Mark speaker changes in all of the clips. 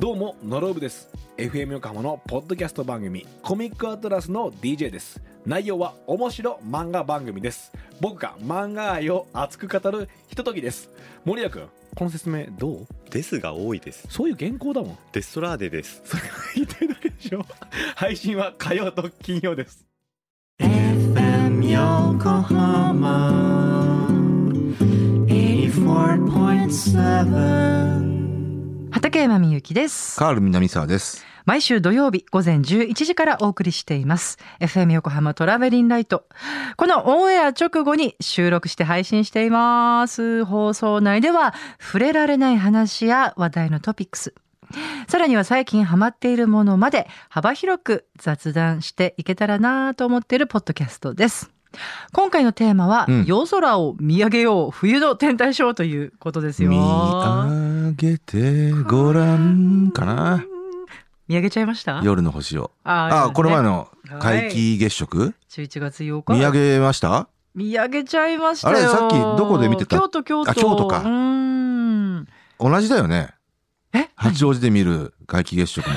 Speaker 1: どうもノロブです FM 横浜のポッドキャスト番組コミックアトラスの DJ です内容は面白漫画番組です僕が漫画愛を熱く語るひとときです森谷君この説明どう
Speaker 2: ですが多いです。
Speaker 1: そういう原稿だもん
Speaker 2: デストラーデです。
Speaker 1: それが言ってるだけでしょ配信は火曜と金曜です
Speaker 3: FM Yokohama 84.7
Speaker 4: 畠山みゆきです
Speaker 5: カール南沢です。
Speaker 4: 毎週土曜日午前11時からお送りしています FM 横浜トラベリンライトこのオンエア直後に収録して配信しています放送内では触れられない話や話題のトピックスさらには最近ハマっているものまで幅広く雑談していけたらなと思っているポッドキャストです今回のテーマは、
Speaker 5: うん
Speaker 4: 夜空を見上げよう冬の天体ショーということですよ
Speaker 5: 見上げてごらんかな。
Speaker 4: 見上げちゃいました
Speaker 5: 夜の星を。
Speaker 4: あ
Speaker 5: あ、この前の
Speaker 4: の
Speaker 5: 皆既月食、
Speaker 4: 11月8日
Speaker 5: 見上げました
Speaker 4: 見上げちゃいましたよ
Speaker 5: あれさっきどこで見てた
Speaker 4: 京都京都
Speaker 5: あ京都か
Speaker 4: うーん
Speaker 5: 同じだよね。
Speaker 4: え
Speaker 5: 八王子で見る皆既月食も、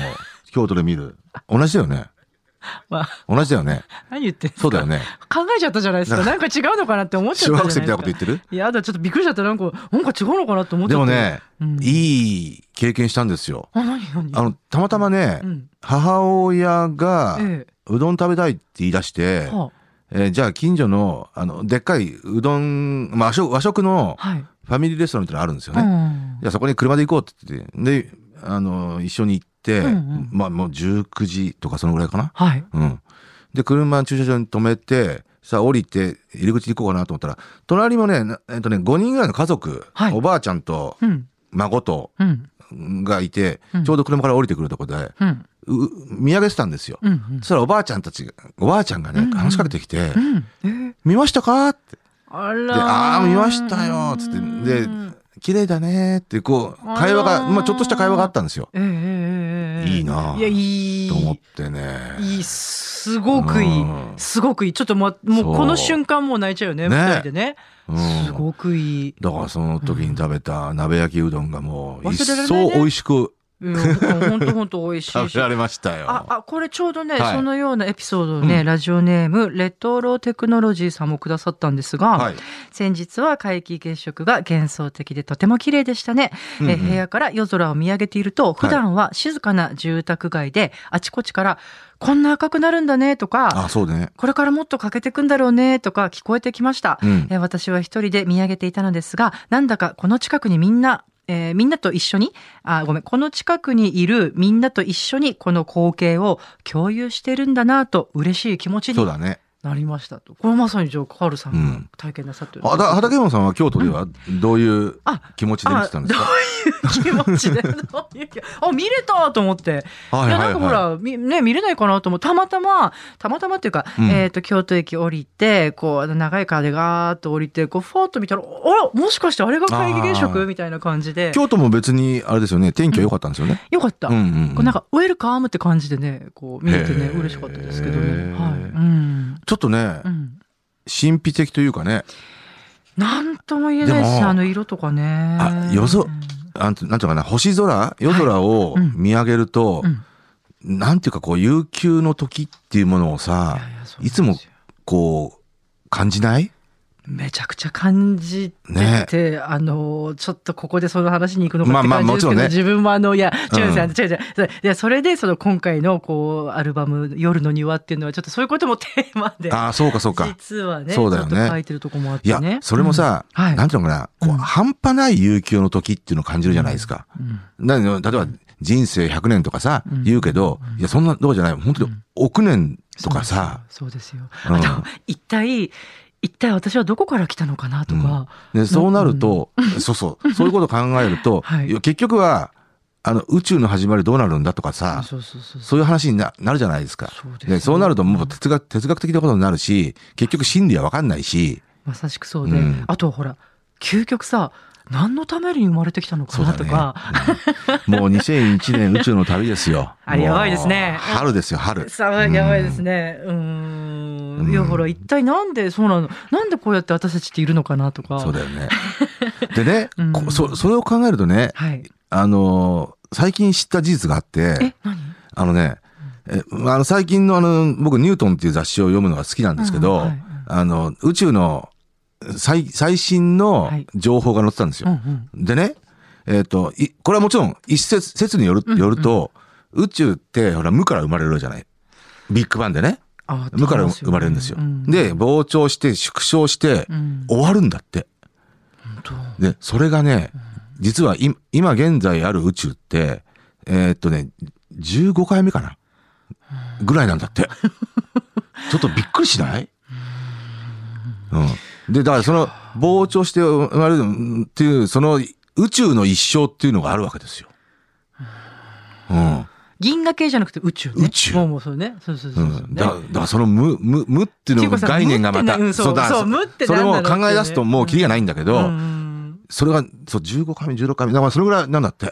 Speaker 5: 京都で見る。同じだよね。
Speaker 4: まあ
Speaker 5: 同じだよね。
Speaker 4: 何言ってんすか
Speaker 5: そうだよ ね。
Speaker 4: 考えちゃったじゃないですかなんか違うのかなって思っちゃ
Speaker 5: 小
Speaker 4: った
Speaker 5: 学
Speaker 4: じ
Speaker 5: 生
Speaker 4: ゃ
Speaker 5: みた
Speaker 4: ない
Speaker 5: な
Speaker 4: いで
Speaker 5: こと
Speaker 4: すか
Speaker 5: 言ってる
Speaker 4: やだちょっとびっくりしちゃったなんかなんか違うのかなって思っち
Speaker 5: で
Speaker 4: ゃっ
Speaker 5: も
Speaker 4: た
Speaker 5: ね、
Speaker 4: うん
Speaker 5: いい経験したんですよ。
Speaker 4: あ何何
Speaker 5: あの、たまたまね、
Speaker 4: うん
Speaker 5: 母親が、
Speaker 4: え
Speaker 5: うどん食べたいって言い出して、
Speaker 4: えは
Speaker 5: えーじゃあ近所の、あの、でっかいうどん、まあ、和食和食の
Speaker 4: あはい
Speaker 5: ファミリーレストランってのあるんですよ
Speaker 4: う
Speaker 5: ね。
Speaker 4: ん
Speaker 5: じゃあそこに車で行こうって言って、で、あの、一緒に行って、
Speaker 4: うんうん
Speaker 5: まあもう19時とかそのぐらいかな。
Speaker 4: はい
Speaker 5: うん。で、車駐車場に止めて、さあ降りて入り口に行こうかなと思ったら、隣もね、なえっとね、5人ぐらいの家族、
Speaker 4: はい
Speaker 5: おばあちゃんと
Speaker 4: うん
Speaker 5: 孫と
Speaker 4: うん
Speaker 5: がいて、
Speaker 4: うん
Speaker 5: ちょうど車から降りてくるとこで、
Speaker 4: うん
Speaker 5: う見上げてたんですよ。
Speaker 4: うんうん
Speaker 5: そしたらおばあちゃんたちが、おばあちゃんが
Speaker 4: うんうん
Speaker 5: ね、話しかけてきて、
Speaker 4: うんええ
Speaker 5: 見ましたかって。
Speaker 4: あら
Speaker 5: で、ああ、見ましたよつって、で
Speaker 4: うん、
Speaker 5: 綺麗だねって、こう、
Speaker 4: あら
Speaker 5: 会話が、まあちょっとした会話があったんですよ。
Speaker 4: ええええええ
Speaker 5: いいなあ
Speaker 4: いやいい
Speaker 5: と思ってね。
Speaker 4: いいすごくいい
Speaker 5: うん
Speaker 4: すごくいいちょっとまもう
Speaker 5: そう
Speaker 4: この瞬間もう泣いちゃうよね
Speaker 5: ね
Speaker 4: 二人でね
Speaker 5: うん
Speaker 4: すごくいい、
Speaker 5: だからその時に食べた鍋焼きうどんがもう、
Speaker 4: 忘
Speaker 5: 一
Speaker 4: れられないね
Speaker 5: 層美味しく
Speaker 4: うん、ほんとほんと美味しい
Speaker 5: 食
Speaker 4: し
Speaker 5: べられましたよ。
Speaker 4: ああこれちょうどね、
Speaker 5: はい
Speaker 4: そのようなエピソードをね、
Speaker 5: うん
Speaker 4: ラジオネームレトロテクノロジーさんもくださったんですが、
Speaker 5: はい。
Speaker 4: 先日は皆既月食が幻想的でとても綺麗でしたね、え
Speaker 5: うんうん
Speaker 4: 部屋から夜空を見上げていると普段は静かな住宅街で、あちこちから「こんな赤くなるんだね」とか
Speaker 5: あ、そうだね。
Speaker 4: これからもっと欠けてくんだろうねとか聞こえてきました、
Speaker 5: うん
Speaker 4: えー私は一人で見上げていたのですがなんだかこの近くにみんな、えーみんなと一緒にあごめんこの近くにいるみんなと一緒にこの光景を共有してるんだなと嬉しい気持ち
Speaker 5: そう
Speaker 4: に
Speaker 5: だね。
Speaker 4: なりましたとこれまさにじゃあカールさんが体験なさってる、
Speaker 5: はた畠山さんは京都ではどういう
Speaker 4: あ
Speaker 5: 気持ちで見てたんですか
Speaker 4: あどういう気持ちで どういう気あ見れたと思って
Speaker 5: はいい
Speaker 4: や
Speaker 5: は
Speaker 4: ないんかほ
Speaker 5: は
Speaker 4: ら、みね、見れないかなと思うたまたまたまたまっていうか、
Speaker 5: うん
Speaker 4: えっと京都駅降りてこうあの長い風がーっと降りてこうフォーッと見たらあらもしかしてあれが皆既月
Speaker 5: あ
Speaker 4: 食
Speaker 5: ー
Speaker 4: みたいな感じで
Speaker 5: い。京都も別に、あれですよね、天気は良かったんですよね。
Speaker 4: よかった、
Speaker 5: うんうん
Speaker 4: こ
Speaker 5: う
Speaker 4: うんなんかウェルカムって感じでねこう見れてね
Speaker 5: へー
Speaker 4: 嬉しかったですけどね、はいうん
Speaker 5: ちょっとね
Speaker 4: う、ん、
Speaker 5: 神秘的というかね、
Speaker 4: なんとも言えないし
Speaker 5: でも
Speaker 4: あの色とかね
Speaker 5: あ夜空なんてなんていうのかな、星空夜空を
Speaker 4: うん
Speaker 5: 見上げると、
Speaker 4: うん
Speaker 5: なんていうかこう、悠久の時っていうものをさ、
Speaker 4: ややそうなん
Speaker 5: いつも
Speaker 4: ですよ
Speaker 5: こう、感じない
Speaker 4: めちゃくちゃ感じてて、あのちょっとここでその話に行くの
Speaker 5: ま
Speaker 4: か
Speaker 5: あ
Speaker 4: って
Speaker 5: まあ
Speaker 4: 感じですけ
Speaker 5: も
Speaker 4: ど、
Speaker 5: ちろんね
Speaker 4: 自分もあのいや違うんですよ、
Speaker 5: うん
Speaker 4: 違う違うそれでそれでその今回のこうアルバム「夜の庭」っていうのはちょっとそういうこともテーマで
Speaker 5: ああ、そうかそうか。
Speaker 4: 実はね
Speaker 5: そうだよね
Speaker 4: ちょっと書いてるとこもあっ
Speaker 5: い
Speaker 4: て
Speaker 5: や
Speaker 4: ね、
Speaker 5: それもさ、
Speaker 4: うんはい
Speaker 5: なんていうのかな、こ
Speaker 4: う
Speaker 5: う、
Speaker 4: ん
Speaker 5: 半端ない悠久の時っていうのを感じるじゃないですか。
Speaker 4: うん、
Speaker 5: な例えば、人生100年とかさ、
Speaker 4: うん
Speaker 5: 言うけど、いや、そんなどこじゃない。本当に億年とかさ、
Speaker 4: そうですよ
Speaker 5: うん
Speaker 4: そうですよあと一体一体私はどこから来たのかなとか、
Speaker 5: でそうなると、そうそう、そういうことを考えると、
Speaker 4: はい
Speaker 5: いや結局は、あの、宇宙の始まりどうなるんだとかさ、
Speaker 4: そうそうそう
Speaker 5: そういう話にななるじゃないですか。
Speaker 4: そうですね
Speaker 5: でそうなるともう哲学哲学的なことになるし、結局真理は分かんないし、
Speaker 4: まさしくそうで、
Speaker 5: うん
Speaker 4: あとはほら究極さ何のために生まれてきたのか
Speaker 5: そう
Speaker 4: な
Speaker 5: だ
Speaker 4: と
Speaker 5: ね。
Speaker 4: か、
Speaker 5: うんもう2001年宇宙の旅ですよ。
Speaker 4: あれやばいですね
Speaker 5: もう春ですよ、春。
Speaker 4: さあやばいです
Speaker 5: ね。
Speaker 4: ね。う
Speaker 5: う
Speaker 4: ー。
Speaker 5: んん
Speaker 4: いやほら一体なんでそうなのなんでこうやって私たちっているのかなとか。
Speaker 5: そうだよね。でね、
Speaker 4: うん
Speaker 5: こそ、それを考えるとね、
Speaker 4: はい。
Speaker 5: あの最近知った事実があって
Speaker 4: え、何
Speaker 5: あのね、えまああの最近のあの僕ニュートンっていう雑誌を読むのが好きなんですけど、
Speaker 4: うんはい
Speaker 5: あの宇宙の最最新の
Speaker 4: はい
Speaker 5: 情報が載ってたんです
Speaker 4: うん
Speaker 5: よ。
Speaker 4: うん
Speaker 5: でね、えっ、といこれはもちろん一説説による
Speaker 4: うんうん
Speaker 5: よると、宇宙ってほら無から生まれるじゃない。ビッグバンでね、
Speaker 4: あ
Speaker 5: 無から生まれるんですよ。
Speaker 4: うん
Speaker 5: で、膨張して縮小して
Speaker 4: うん
Speaker 5: 終わるんだって。
Speaker 4: 本当
Speaker 5: で、それがね、実は今今現在ある宇宙って、えーっとね、15回目かなぐらいなんだ って。ちょっとびっくりしないうん。で、だからその膨張して生まれるうんっていう、その宇宙の一生っていうのがあるわけですよ。うん。
Speaker 4: 銀河系じゃなくて宇宙ね。
Speaker 5: 宇宙
Speaker 4: もうもうそうね。そうそう
Speaker 5: う、
Speaker 4: そうそうん
Speaker 5: だだからその無「無」無っていう
Speaker 4: キ
Speaker 5: の
Speaker 4: ヨコ
Speaker 5: も
Speaker 4: さん
Speaker 5: 概念がまた
Speaker 4: 無ってねうんそう
Speaker 5: だ
Speaker 4: そう無って
Speaker 5: それ
Speaker 4: なんだろ
Speaker 5: も
Speaker 4: うってね
Speaker 5: 考え出すともうキリがないんだけど、
Speaker 4: うん
Speaker 5: それがそう15回目16回目だからそれぐらいなんだって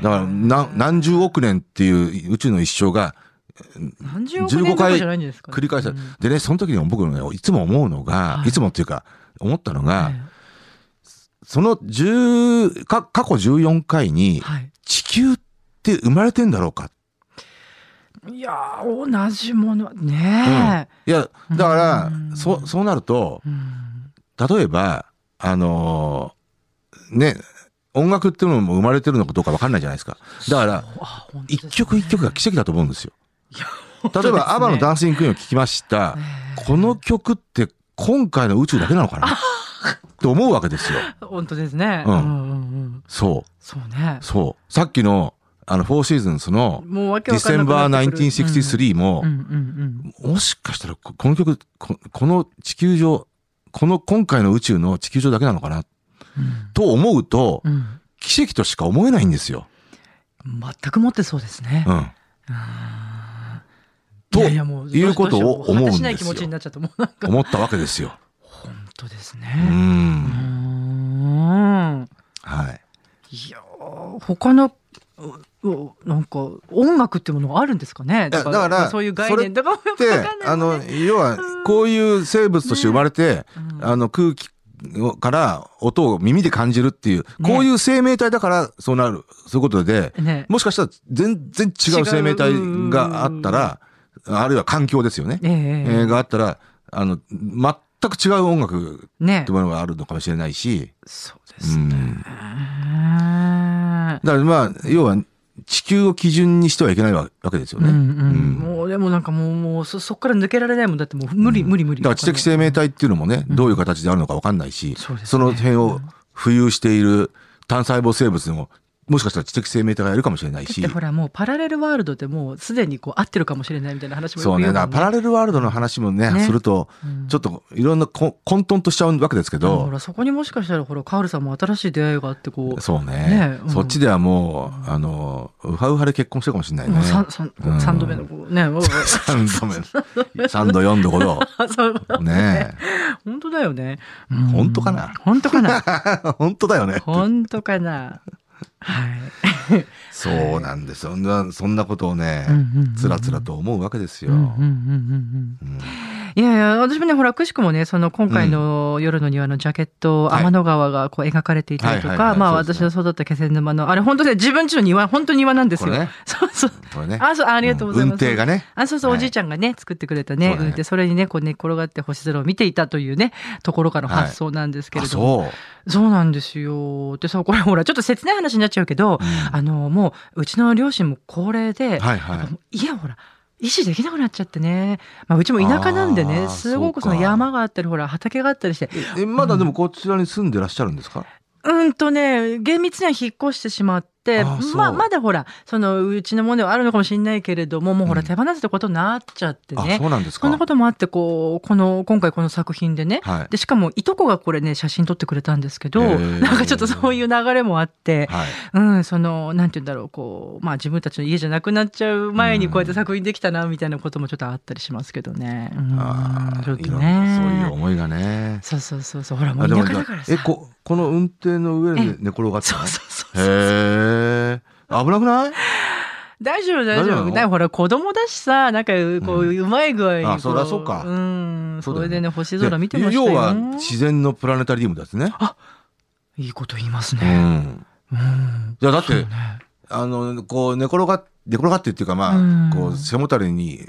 Speaker 5: だから何何十億年っていう宇宙の一生が
Speaker 4: 何十億年とかじゃないんですかね、
Speaker 5: 繰り返さ
Speaker 4: う
Speaker 5: れ
Speaker 4: ん
Speaker 5: る、でねその時に僕ねいつも思うのが、
Speaker 4: はい
Speaker 5: い、つもっていうか思ったのが、
Speaker 4: え
Speaker 5: その10か過去14回
Speaker 4: え
Speaker 5: に
Speaker 4: はい。
Speaker 5: 地球って生まれてんだろうか、
Speaker 4: いやー同じものね
Speaker 5: いやだから、
Speaker 4: うん
Speaker 5: そそうなると
Speaker 4: え、うん
Speaker 5: 例えばあのーね音楽っていうのも生まれてるのかどうかわかんないじゃないですかだから
Speaker 4: そうあ本当ですね
Speaker 5: 一曲一曲が奇跡だと思うんですよ
Speaker 4: いや
Speaker 5: 例えば「アバのダ
Speaker 4: ン
Speaker 5: ンシング・クイーン」を聴きました、
Speaker 4: ええ
Speaker 5: この曲って今回の宇宙だけなのかなって思うわけですよ。
Speaker 4: 本当ですね、う
Speaker 5: うんん
Speaker 4: うんうん、
Speaker 5: そ
Speaker 4: そうね
Speaker 5: う、そう。さっきの、あの、フォーシーズンスの、
Speaker 4: もうわけ
Speaker 5: ディ
Speaker 4: わか
Speaker 5: セ
Speaker 4: んな
Speaker 5: ン
Speaker 4: くな
Speaker 5: バ
Speaker 4: って
Speaker 5: ー
Speaker 4: くる
Speaker 5: 1963も
Speaker 4: うん、うんうん
Speaker 5: もしかしたらこ、この曲こ、この地球上、この今回の宇宙の地球上だけなのかなと思うと
Speaker 4: う、んうん
Speaker 5: 奇跡としか思えないんですよ。
Speaker 4: 全く持ってそうですね、
Speaker 5: うん。
Speaker 4: い
Speaker 5: と
Speaker 4: やいやもう
Speaker 5: いうことを思うんですよ
Speaker 4: どうしよう果てしない気持ちになっちゃったもうなんか
Speaker 5: 思ったわけです よ。
Speaker 4: 本当です
Speaker 5: う。
Speaker 4: ねうんん
Speaker 5: はい。
Speaker 4: いやー他のううなんか音楽ってものがあるんですかねだから
Speaker 5: だから
Speaker 4: そういう概念とかもよく
Speaker 5: で
Speaker 4: わかんない
Speaker 5: あ
Speaker 4: も
Speaker 5: の
Speaker 4: んね、
Speaker 5: 要は、こういう生物として生まれて、
Speaker 4: うん
Speaker 5: あの空気をから音を耳で感じるっていう、
Speaker 4: ね
Speaker 5: こういう生命体だからそうなる、そういうことで、
Speaker 4: ね
Speaker 5: もしかしたら全然違
Speaker 4: 違う
Speaker 5: う生命体があったら、あるいは環境ですよね、
Speaker 4: ええ
Speaker 5: え
Speaker 4: ええ
Speaker 5: ーがあったら、あの、全く違う音楽
Speaker 4: ね
Speaker 5: ってものがあるのかもしれないし、
Speaker 4: そうですね、うん
Speaker 5: だからまあ、要は地球を基準にしてはいけないわわけですよね。
Speaker 4: うんうん
Speaker 5: うん
Speaker 4: もうでもなんかもうもうそそこから抜けられないもんだってもう無理、無理無理
Speaker 5: だから知的生命体っていうのもね、
Speaker 4: うん
Speaker 5: どういう形であるのかわかんないし、
Speaker 4: そうですね
Speaker 5: その辺を浮遊している単細胞生物でも、もしかしたら知的生命体がいるかもしれない
Speaker 4: だっ
Speaker 5: し。
Speaker 4: てほらもうパラレルワールドでもうすでにこう合ってるかもしれないみたいな話もよ
Speaker 5: そ
Speaker 4: く
Speaker 5: うね。
Speaker 4: 言
Speaker 5: だ
Speaker 4: う
Speaker 5: からパラ
Speaker 4: レ
Speaker 5: レルワールドの話もね、
Speaker 4: ね
Speaker 5: すると、ちょっといろんなこ混沌としちゃうわけですけ
Speaker 4: ほ
Speaker 5: ど、
Speaker 4: らそこにもしかしたらほらカールさんも新しい出会いがあってこう
Speaker 5: そうね
Speaker 4: ねうん
Speaker 5: そっちではもう、あの、ウハウハで結婚してるかもしれないね
Speaker 4: もう。三三
Speaker 5: うん
Speaker 4: 三度目の こうね、 うわ
Speaker 5: 3度目。3度、4度、5
Speaker 4: そう
Speaker 5: 度。ね
Speaker 4: 本当だよね。
Speaker 5: 本当かな
Speaker 4: 本当か な
Speaker 5: え。 本当だよね。
Speaker 4: 本当かなはい。
Speaker 5: そうなんですよ。そんなそんなことをね
Speaker 4: うんうんうん、
Speaker 5: つらつらと思うわけです
Speaker 4: う
Speaker 5: よ。
Speaker 4: んうんうんうん
Speaker 5: うん
Speaker 4: うんいやいや、私もね、ほら、くしくもね、その今回の夜の庭のジャケット、
Speaker 5: はい
Speaker 4: 天の川がこう描かれていたりと
Speaker 5: はいはい
Speaker 4: か、
Speaker 5: はい
Speaker 4: まあ
Speaker 5: そうで
Speaker 4: 私
Speaker 5: すね
Speaker 4: の育った気仙沼の、あれ本当ね、自分家の庭、本当庭なんですよ。
Speaker 5: これね
Speaker 4: そうそう。
Speaker 5: これね。
Speaker 4: あ、そう、ありがとうございます。
Speaker 5: 運転がね。
Speaker 4: あ、そうそう、
Speaker 5: は
Speaker 4: お
Speaker 5: い
Speaker 4: じいちゃんがね、作ってくれたね、
Speaker 5: そうだね
Speaker 4: 運転、それにね、こう寝転がって星空を見ていたというね、ところからの発想なんですけ
Speaker 5: あ
Speaker 4: れども。
Speaker 5: そう。
Speaker 4: そうなんですよ。でさ、これほら、ちょっと切ない話になっちゃうけど、あの、もう、うちの両親も高齢で、
Speaker 5: はいはい
Speaker 4: なんかもう家をほら、維持できなくなっちゃってね。まあ、うちも田舎なんで
Speaker 5: あ
Speaker 4: ね、
Speaker 5: ー
Speaker 4: すごく
Speaker 5: そ
Speaker 4: そう
Speaker 5: か
Speaker 4: の山があったり、ほら、畑があったりして、
Speaker 5: え、まだでもこちらに住んでらっしゃるんですか
Speaker 4: うんとね、厳密には引っ越してしまって、
Speaker 5: あーそう
Speaker 4: まあ、まだほら、その、うちのものはあるのかもしれないけれども、もうほら、
Speaker 5: うん
Speaker 4: 手放せたことになっちゃって
Speaker 5: あ、
Speaker 4: ね。
Speaker 5: そうなんですか。
Speaker 4: そんなこともあって、こう、この、今回この作品でね、
Speaker 5: はい。
Speaker 4: で、しかも、いとこがこれね、写真撮ってくれたんですけど、
Speaker 5: へー
Speaker 4: なんかちょっとそういう流れもあって、
Speaker 5: はい。
Speaker 4: うん、その、なんて言うんだろう、こう、まあ自分たちの家じゃなくなっちゃう前に
Speaker 5: うん
Speaker 4: こうやって作品できたな、みたいなこともちょっとあったりしますけどね。うん
Speaker 5: ああ、
Speaker 4: ちょっと
Speaker 5: いろんなそういう
Speaker 4: ね。
Speaker 5: 思いがね。
Speaker 4: そうそうそうそう、ほら、も
Speaker 5: あ
Speaker 4: う
Speaker 5: で
Speaker 4: 田
Speaker 5: も
Speaker 4: 舎だからさ。
Speaker 5: え、こ、この運転の上で
Speaker 4: ええ
Speaker 5: 寝転がって
Speaker 4: そ
Speaker 5: たの
Speaker 4: うそうそうそ
Speaker 5: へ
Speaker 4: う。
Speaker 5: え。危なくない
Speaker 4: 大丈夫、大
Speaker 5: 大
Speaker 4: 丈
Speaker 5: 丈夫な
Speaker 4: 夫。
Speaker 5: の
Speaker 4: だからほら、子供だしさ、なんか、こう、
Speaker 5: う
Speaker 4: うまい具合にこ。
Speaker 5: あそりゃそうか
Speaker 4: うん、
Speaker 5: そう
Speaker 4: そ
Speaker 5: だよね
Speaker 4: れでね、星空見てましたよ。
Speaker 5: で要は自然のプラネタリウムですね。
Speaker 4: いいこと言います
Speaker 5: う
Speaker 4: ね。
Speaker 5: ん。
Speaker 4: うん。
Speaker 5: じゃあだって
Speaker 4: そうね
Speaker 5: あの、こう、寝転が、寝転がってっていうか、まあ、
Speaker 4: うん
Speaker 5: こう、背もたれに、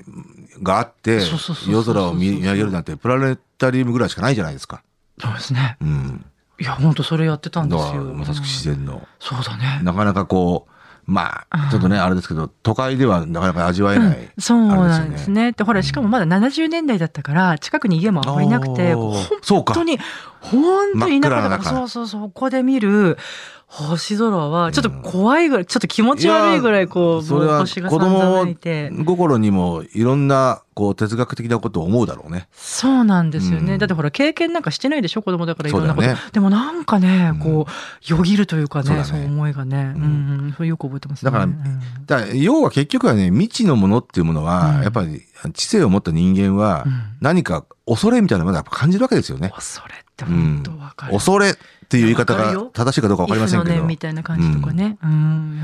Speaker 5: があって
Speaker 4: そうそうそうそうそう、そう
Speaker 5: 夜空を見見上げるなんて、プラネタリウムぐらいしかないじゃないですか。
Speaker 4: そうですね。
Speaker 5: うん。
Speaker 4: いや、本当それやってたんで
Speaker 5: だ
Speaker 4: す
Speaker 5: から、
Speaker 4: よ。
Speaker 5: まさしく自然の。
Speaker 4: そうだね。
Speaker 5: なかなかこう、まあ、ちょっとね、あれですけど、都会ではなかなか味わえ
Speaker 4: う
Speaker 5: なんい。
Speaker 4: そうな
Speaker 5: あれ
Speaker 4: んで
Speaker 5: です
Speaker 4: す
Speaker 5: よ
Speaker 4: ね。で、ほら、しかもまだ70年代だったから、近くに家もあんまりなくて、
Speaker 5: おー
Speaker 4: 本
Speaker 5: そうか
Speaker 4: 当に、本当に田舎
Speaker 5: 真っ暗な
Speaker 4: だから、
Speaker 5: 中
Speaker 4: そうそうそう、ここで見る星空は、ちょっと怖いぐらい、ちょっと気持ち悪いぐらい、こう、
Speaker 5: それは
Speaker 4: 星が散々鳴いて。
Speaker 5: 心にもいろんなこう哲学的なことを思うだろうね。
Speaker 4: そうなんですよね。
Speaker 5: うん
Speaker 4: だってほら、経験なんかしてないでしょ、子供だからいろんなこと。
Speaker 5: そうだよね
Speaker 4: でもなんかね
Speaker 5: う、ん
Speaker 4: こう、よぎるというかね、そ
Speaker 5: そううだね
Speaker 4: いう思いがね、うん
Speaker 5: ん、
Speaker 4: うん、それよく覚えてますね。
Speaker 5: だから
Speaker 4: うん
Speaker 5: だから要は結局はね未知のものっていうものは、
Speaker 4: うん
Speaker 5: やっぱり知性を持った人間は
Speaker 4: うん
Speaker 5: 何か恐れみたいなものをやっぱ感じるわけですよね。
Speaker 4: 恐れって本当わかる。
Speaker 5: 恐れっていう言い方
Speaker 4: わかる
Speaker 5: が
Speaker 4: よ
Speaker 5: 正しいかどうかわかりませんけ
Speaker 4: いつの
Speaker 5: ど。
Speaker 4: ねみたいな感じとかね。うん。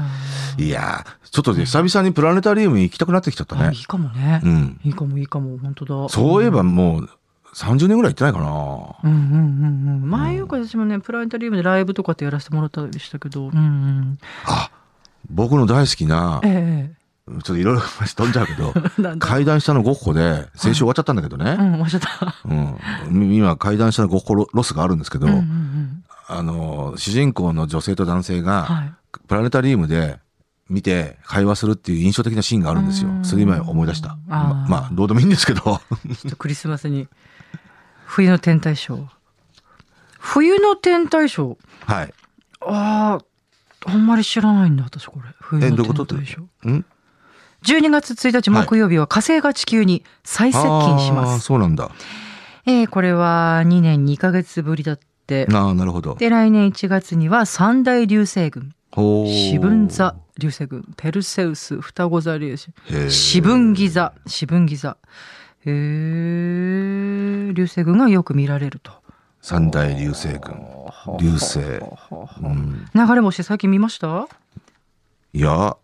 Speaker 4: いやー
Speaker 5: いやーちょっとね久々にプラネタリウム行きたくなってきちゃった
Speaker 4: あ
Speaker 5: ね
Speaker 4: い。いかもね
Speaker 5: う。ん。
Speaker 4: いいかもいいかも、本当だ。
Speaker 5: そういえばもう30年ぐらい行ってないかな。
Speaker 4: うんうんうんうん。前よく私もね、プラネタリウムでライブとかってやらせてもらったりしたけど、うんうん。
Speaker 5: あ僕の大好きな
Speaker 4: ええ
Speaker 5: ちょっといろいろ話飛んじゃうけ ど
Speaker 4: ええ。なんだ。
Speaker 5: 階段下のごっこで先週終わっちゃったんだけどね。
Speaker 4: うん、忘れた。
Speaker 5: うん、み今階段下のごころロスがあるんですけど、
Speaker 4: うんうんうん。
Speaker 5: あの主人公の女性と男性が
Speaker 4: はい。
Speaker 5: プラネタリウムで見て会話するっていう印象的なシーンがあるんですよ
Speaker 4: うん
Speaker 5: それ今思い出した
Speaker 4: あー
Speaker 5: ままあどうでもいいんですけど
Speaker 4: ちょっとクリスマスに。冬の天体ショー。冬の天体ショー。
Speaker 5: はい
Speaker 4: ああ、あんまり知らないんだ、私これ。冬
Speaker 5: え
Speaker 4: の
Speaker 5: どういうこと
Speaker 4: 天体ショー。
Speaker 5: ん
Speaker 4: 12月1日木曜日は火星が地球に最接近し
Speaker 5: あ
Speaker 4: ま
Speaker 5: ー
Speaker 4: す。
Speaker 5: そうなんだ
Speaker 4: えーこれは2年2ヶ月ぶりだって。
Speaker 5: ああなるほど
Speaker 4: で、来年1月には三大流星群。
Speaker 5: ほー
Speaker 4: シブンザ流星群。ペルセウス、双子座流星
Speaker 5: へー
Speaker 4: シブンギザ、シブンギザ。へー流星群がよく見られると。
Speaker 5: 三大流星群流星、うん、
Speaker 4: 流れ星最近見ました
Speaker 5: いや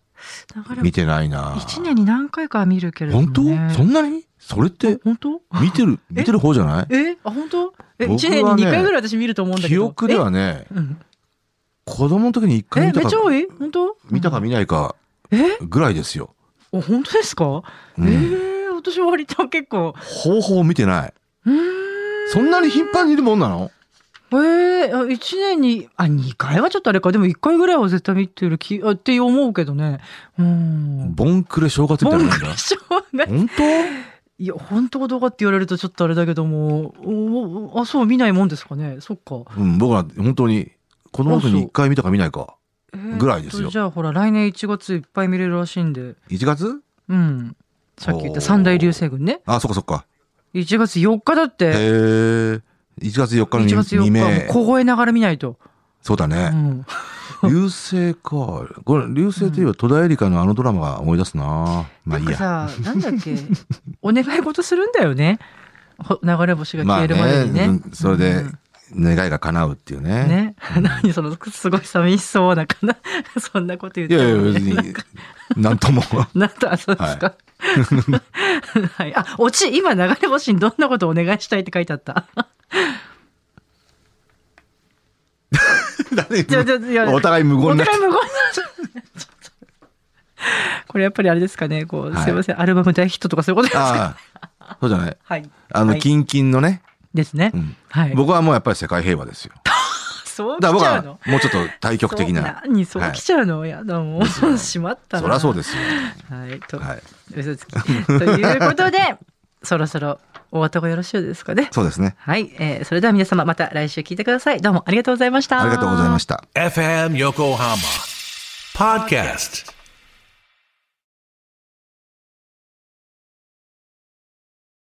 Speaker 4: 流れ
Speaker 5: 見
Speaker 4: 星
Speaker 5: てないな
Speaker 4: 1年に何回かは見るけれども、
Speaker 5: 本当
Speaker 4: ね。
Speaker 5: そんなにそれって
Speaker 4: 本当
Speaker 5: 見てる見てる方じゃない
Speaker 4: えあ本当え、
Speaker 5: 僕はね
Speaker 4: 一年に二回ぐらい私見ると思うんだけ
Speaker 5: 記
Speaker 4: ど。
Speaker 5: 憶ではね
Speaker 4: え。うん
Speaker 5: 子供の時に一
Speaker 4: え、
Speaker 5: 回
Speaker 4: め
Speaker 5: 見
Speaker 4: ったちゃ
Speaker 5: か
Speaker 4: 多い本当
Speaker 5: 見たか見ないか
Speaker 4: え
Speaker 5: ぐらいですよ。
Speaker 4: お本当ですか、
Speaker 5: うん
Speaker 4: えー私割と結構。
Speaker 5: 方法見てない。
Speaker 4: うーん。
Speaker 5: そんなに頻繁にいるもんなの
Speaker 4: えー、あ一年に、あ、二回はちょっとあれか。でも一回ぐらいは絶対見てる気、あって思うけどね。うん。
Speaker 5: ボンクレ正月み
Speaker 4: ボ
Speaker 5: たいな
Speaker 4: ン
Speaker 5: もん
Speaker 4: ク
Speaker 5: だ
Speaker 4: ラ。ショーね。
Speaker 5: 本当
Speaker 4: いや、本当かどうかって言われるとちょっとあれだけども、おおあ、そう見ないもんですかね。そっか。
Speaker 5: うん、僕は本当に子供の時に一回見たか見ないか。
Speaker 4: えー
Speaker 5: ぐらいですよ
Speaker 4: じゃあほら、来年1月いっぱい見れるらしいんで。
Speaker 5: 1月
Speaker 4: うん。さっき言った
Speaker 5: おー
Speaker 4: 三大流星群ね。
Speaker 5: あ、そっかそっか。
Speaker 4: 1月4日だっ
Speaker 5: へえ。
Speaker 4: て。
Speaker 5: 1月4日の
Speaker 4: 1月4
Speaker 5: 2
Speaker 4: 日はも
Speaker 5: 名。
Speaker 4: う凍えながら見ないと。
Speaker 5: そうだ
Speaker 4: う
Speaker 5: ね。
Speaker 4: ん。
Speaker 5: 流星か。これ、流星といえば戸田恵梨香のあのドラマが思い出すな。まあいい
Speaker 4: なん
Speaker 5: や。
Speaker 4: かさ、なんだっけ、 お願い事するんだよね。ほ流れ星が
Speaker 5: ま
Speaker 4: 消
Speaker 5: あ
Speaker 4: えるまでにね。
Speaker 5: ね、それ
Speaker 4: う
Speaker 5: で
Speaker 4: ん
Speaker 5: 願いが叶うっていうね。
Speaker 4: ね、 何そのすごい寂しそうなかな そんなこと言っ
Speaker 5: い
Speaker 4: て
Speaker 5: やいや、
Speaker 4: もね
Speaker 5: 別 に、なんとも。
Speaker 4: なんとあそうですか、 はいあオチ今流れ星にどんなことをお願いしたいって書いてあった
Speaker 5: 誰
Speaker 4: いやいやいや
Speaker 5: お互い無言
Speaker 4: お
Speaker 5: になっ
Speaker 4: 互
Speaker 5: て
Speaker 4: い無言になっ ちゃうちょっとこれやっぱりあれですかねこう、
Speaker 5: はい
Speaker 4: すいませんアルバム大ヒットとかそういうことですか
Speaker 5: ああ、そうじゃない。
Speaker 4: はい
Speaker 5: あの、
Speaker 4: はい
Speaker 5: キンキンのね、
Speaker 4: ですね、
Speaker 5: うん
Speaker 4: はい
Speaker 5: 僕はもうやっぱり世界平和ですよ。
Speaker 4: そう
Speaker 5: だ
Speaker 4: 来ち
Speaker 5: か
Speaker 4: ゃ
Speaker 5: ら
Speaker 4: う
Speaker 5: 僕
Speaker 4: の
Speaker 5: はもうちょっと対極的
Speaker 4: そう
Speaker 5: な。
Speaker 4: 何そう来ちゃうの、やだもうしまったな
Speaker 5: そりゃそうですよ。
Speaker 4: はいと、
Speaker 5: はい。
Speaker 4: 嘘つきということで そろそろおわたがよろしいですかね
Speaker 5: そうですね。
Speaker 4: はい、えー、それでは皆様また来週聞いてくださいどうもありがとうございました
Speaker 5: ありがとうございました。
Speaker 6: FM Yokohama Podcast.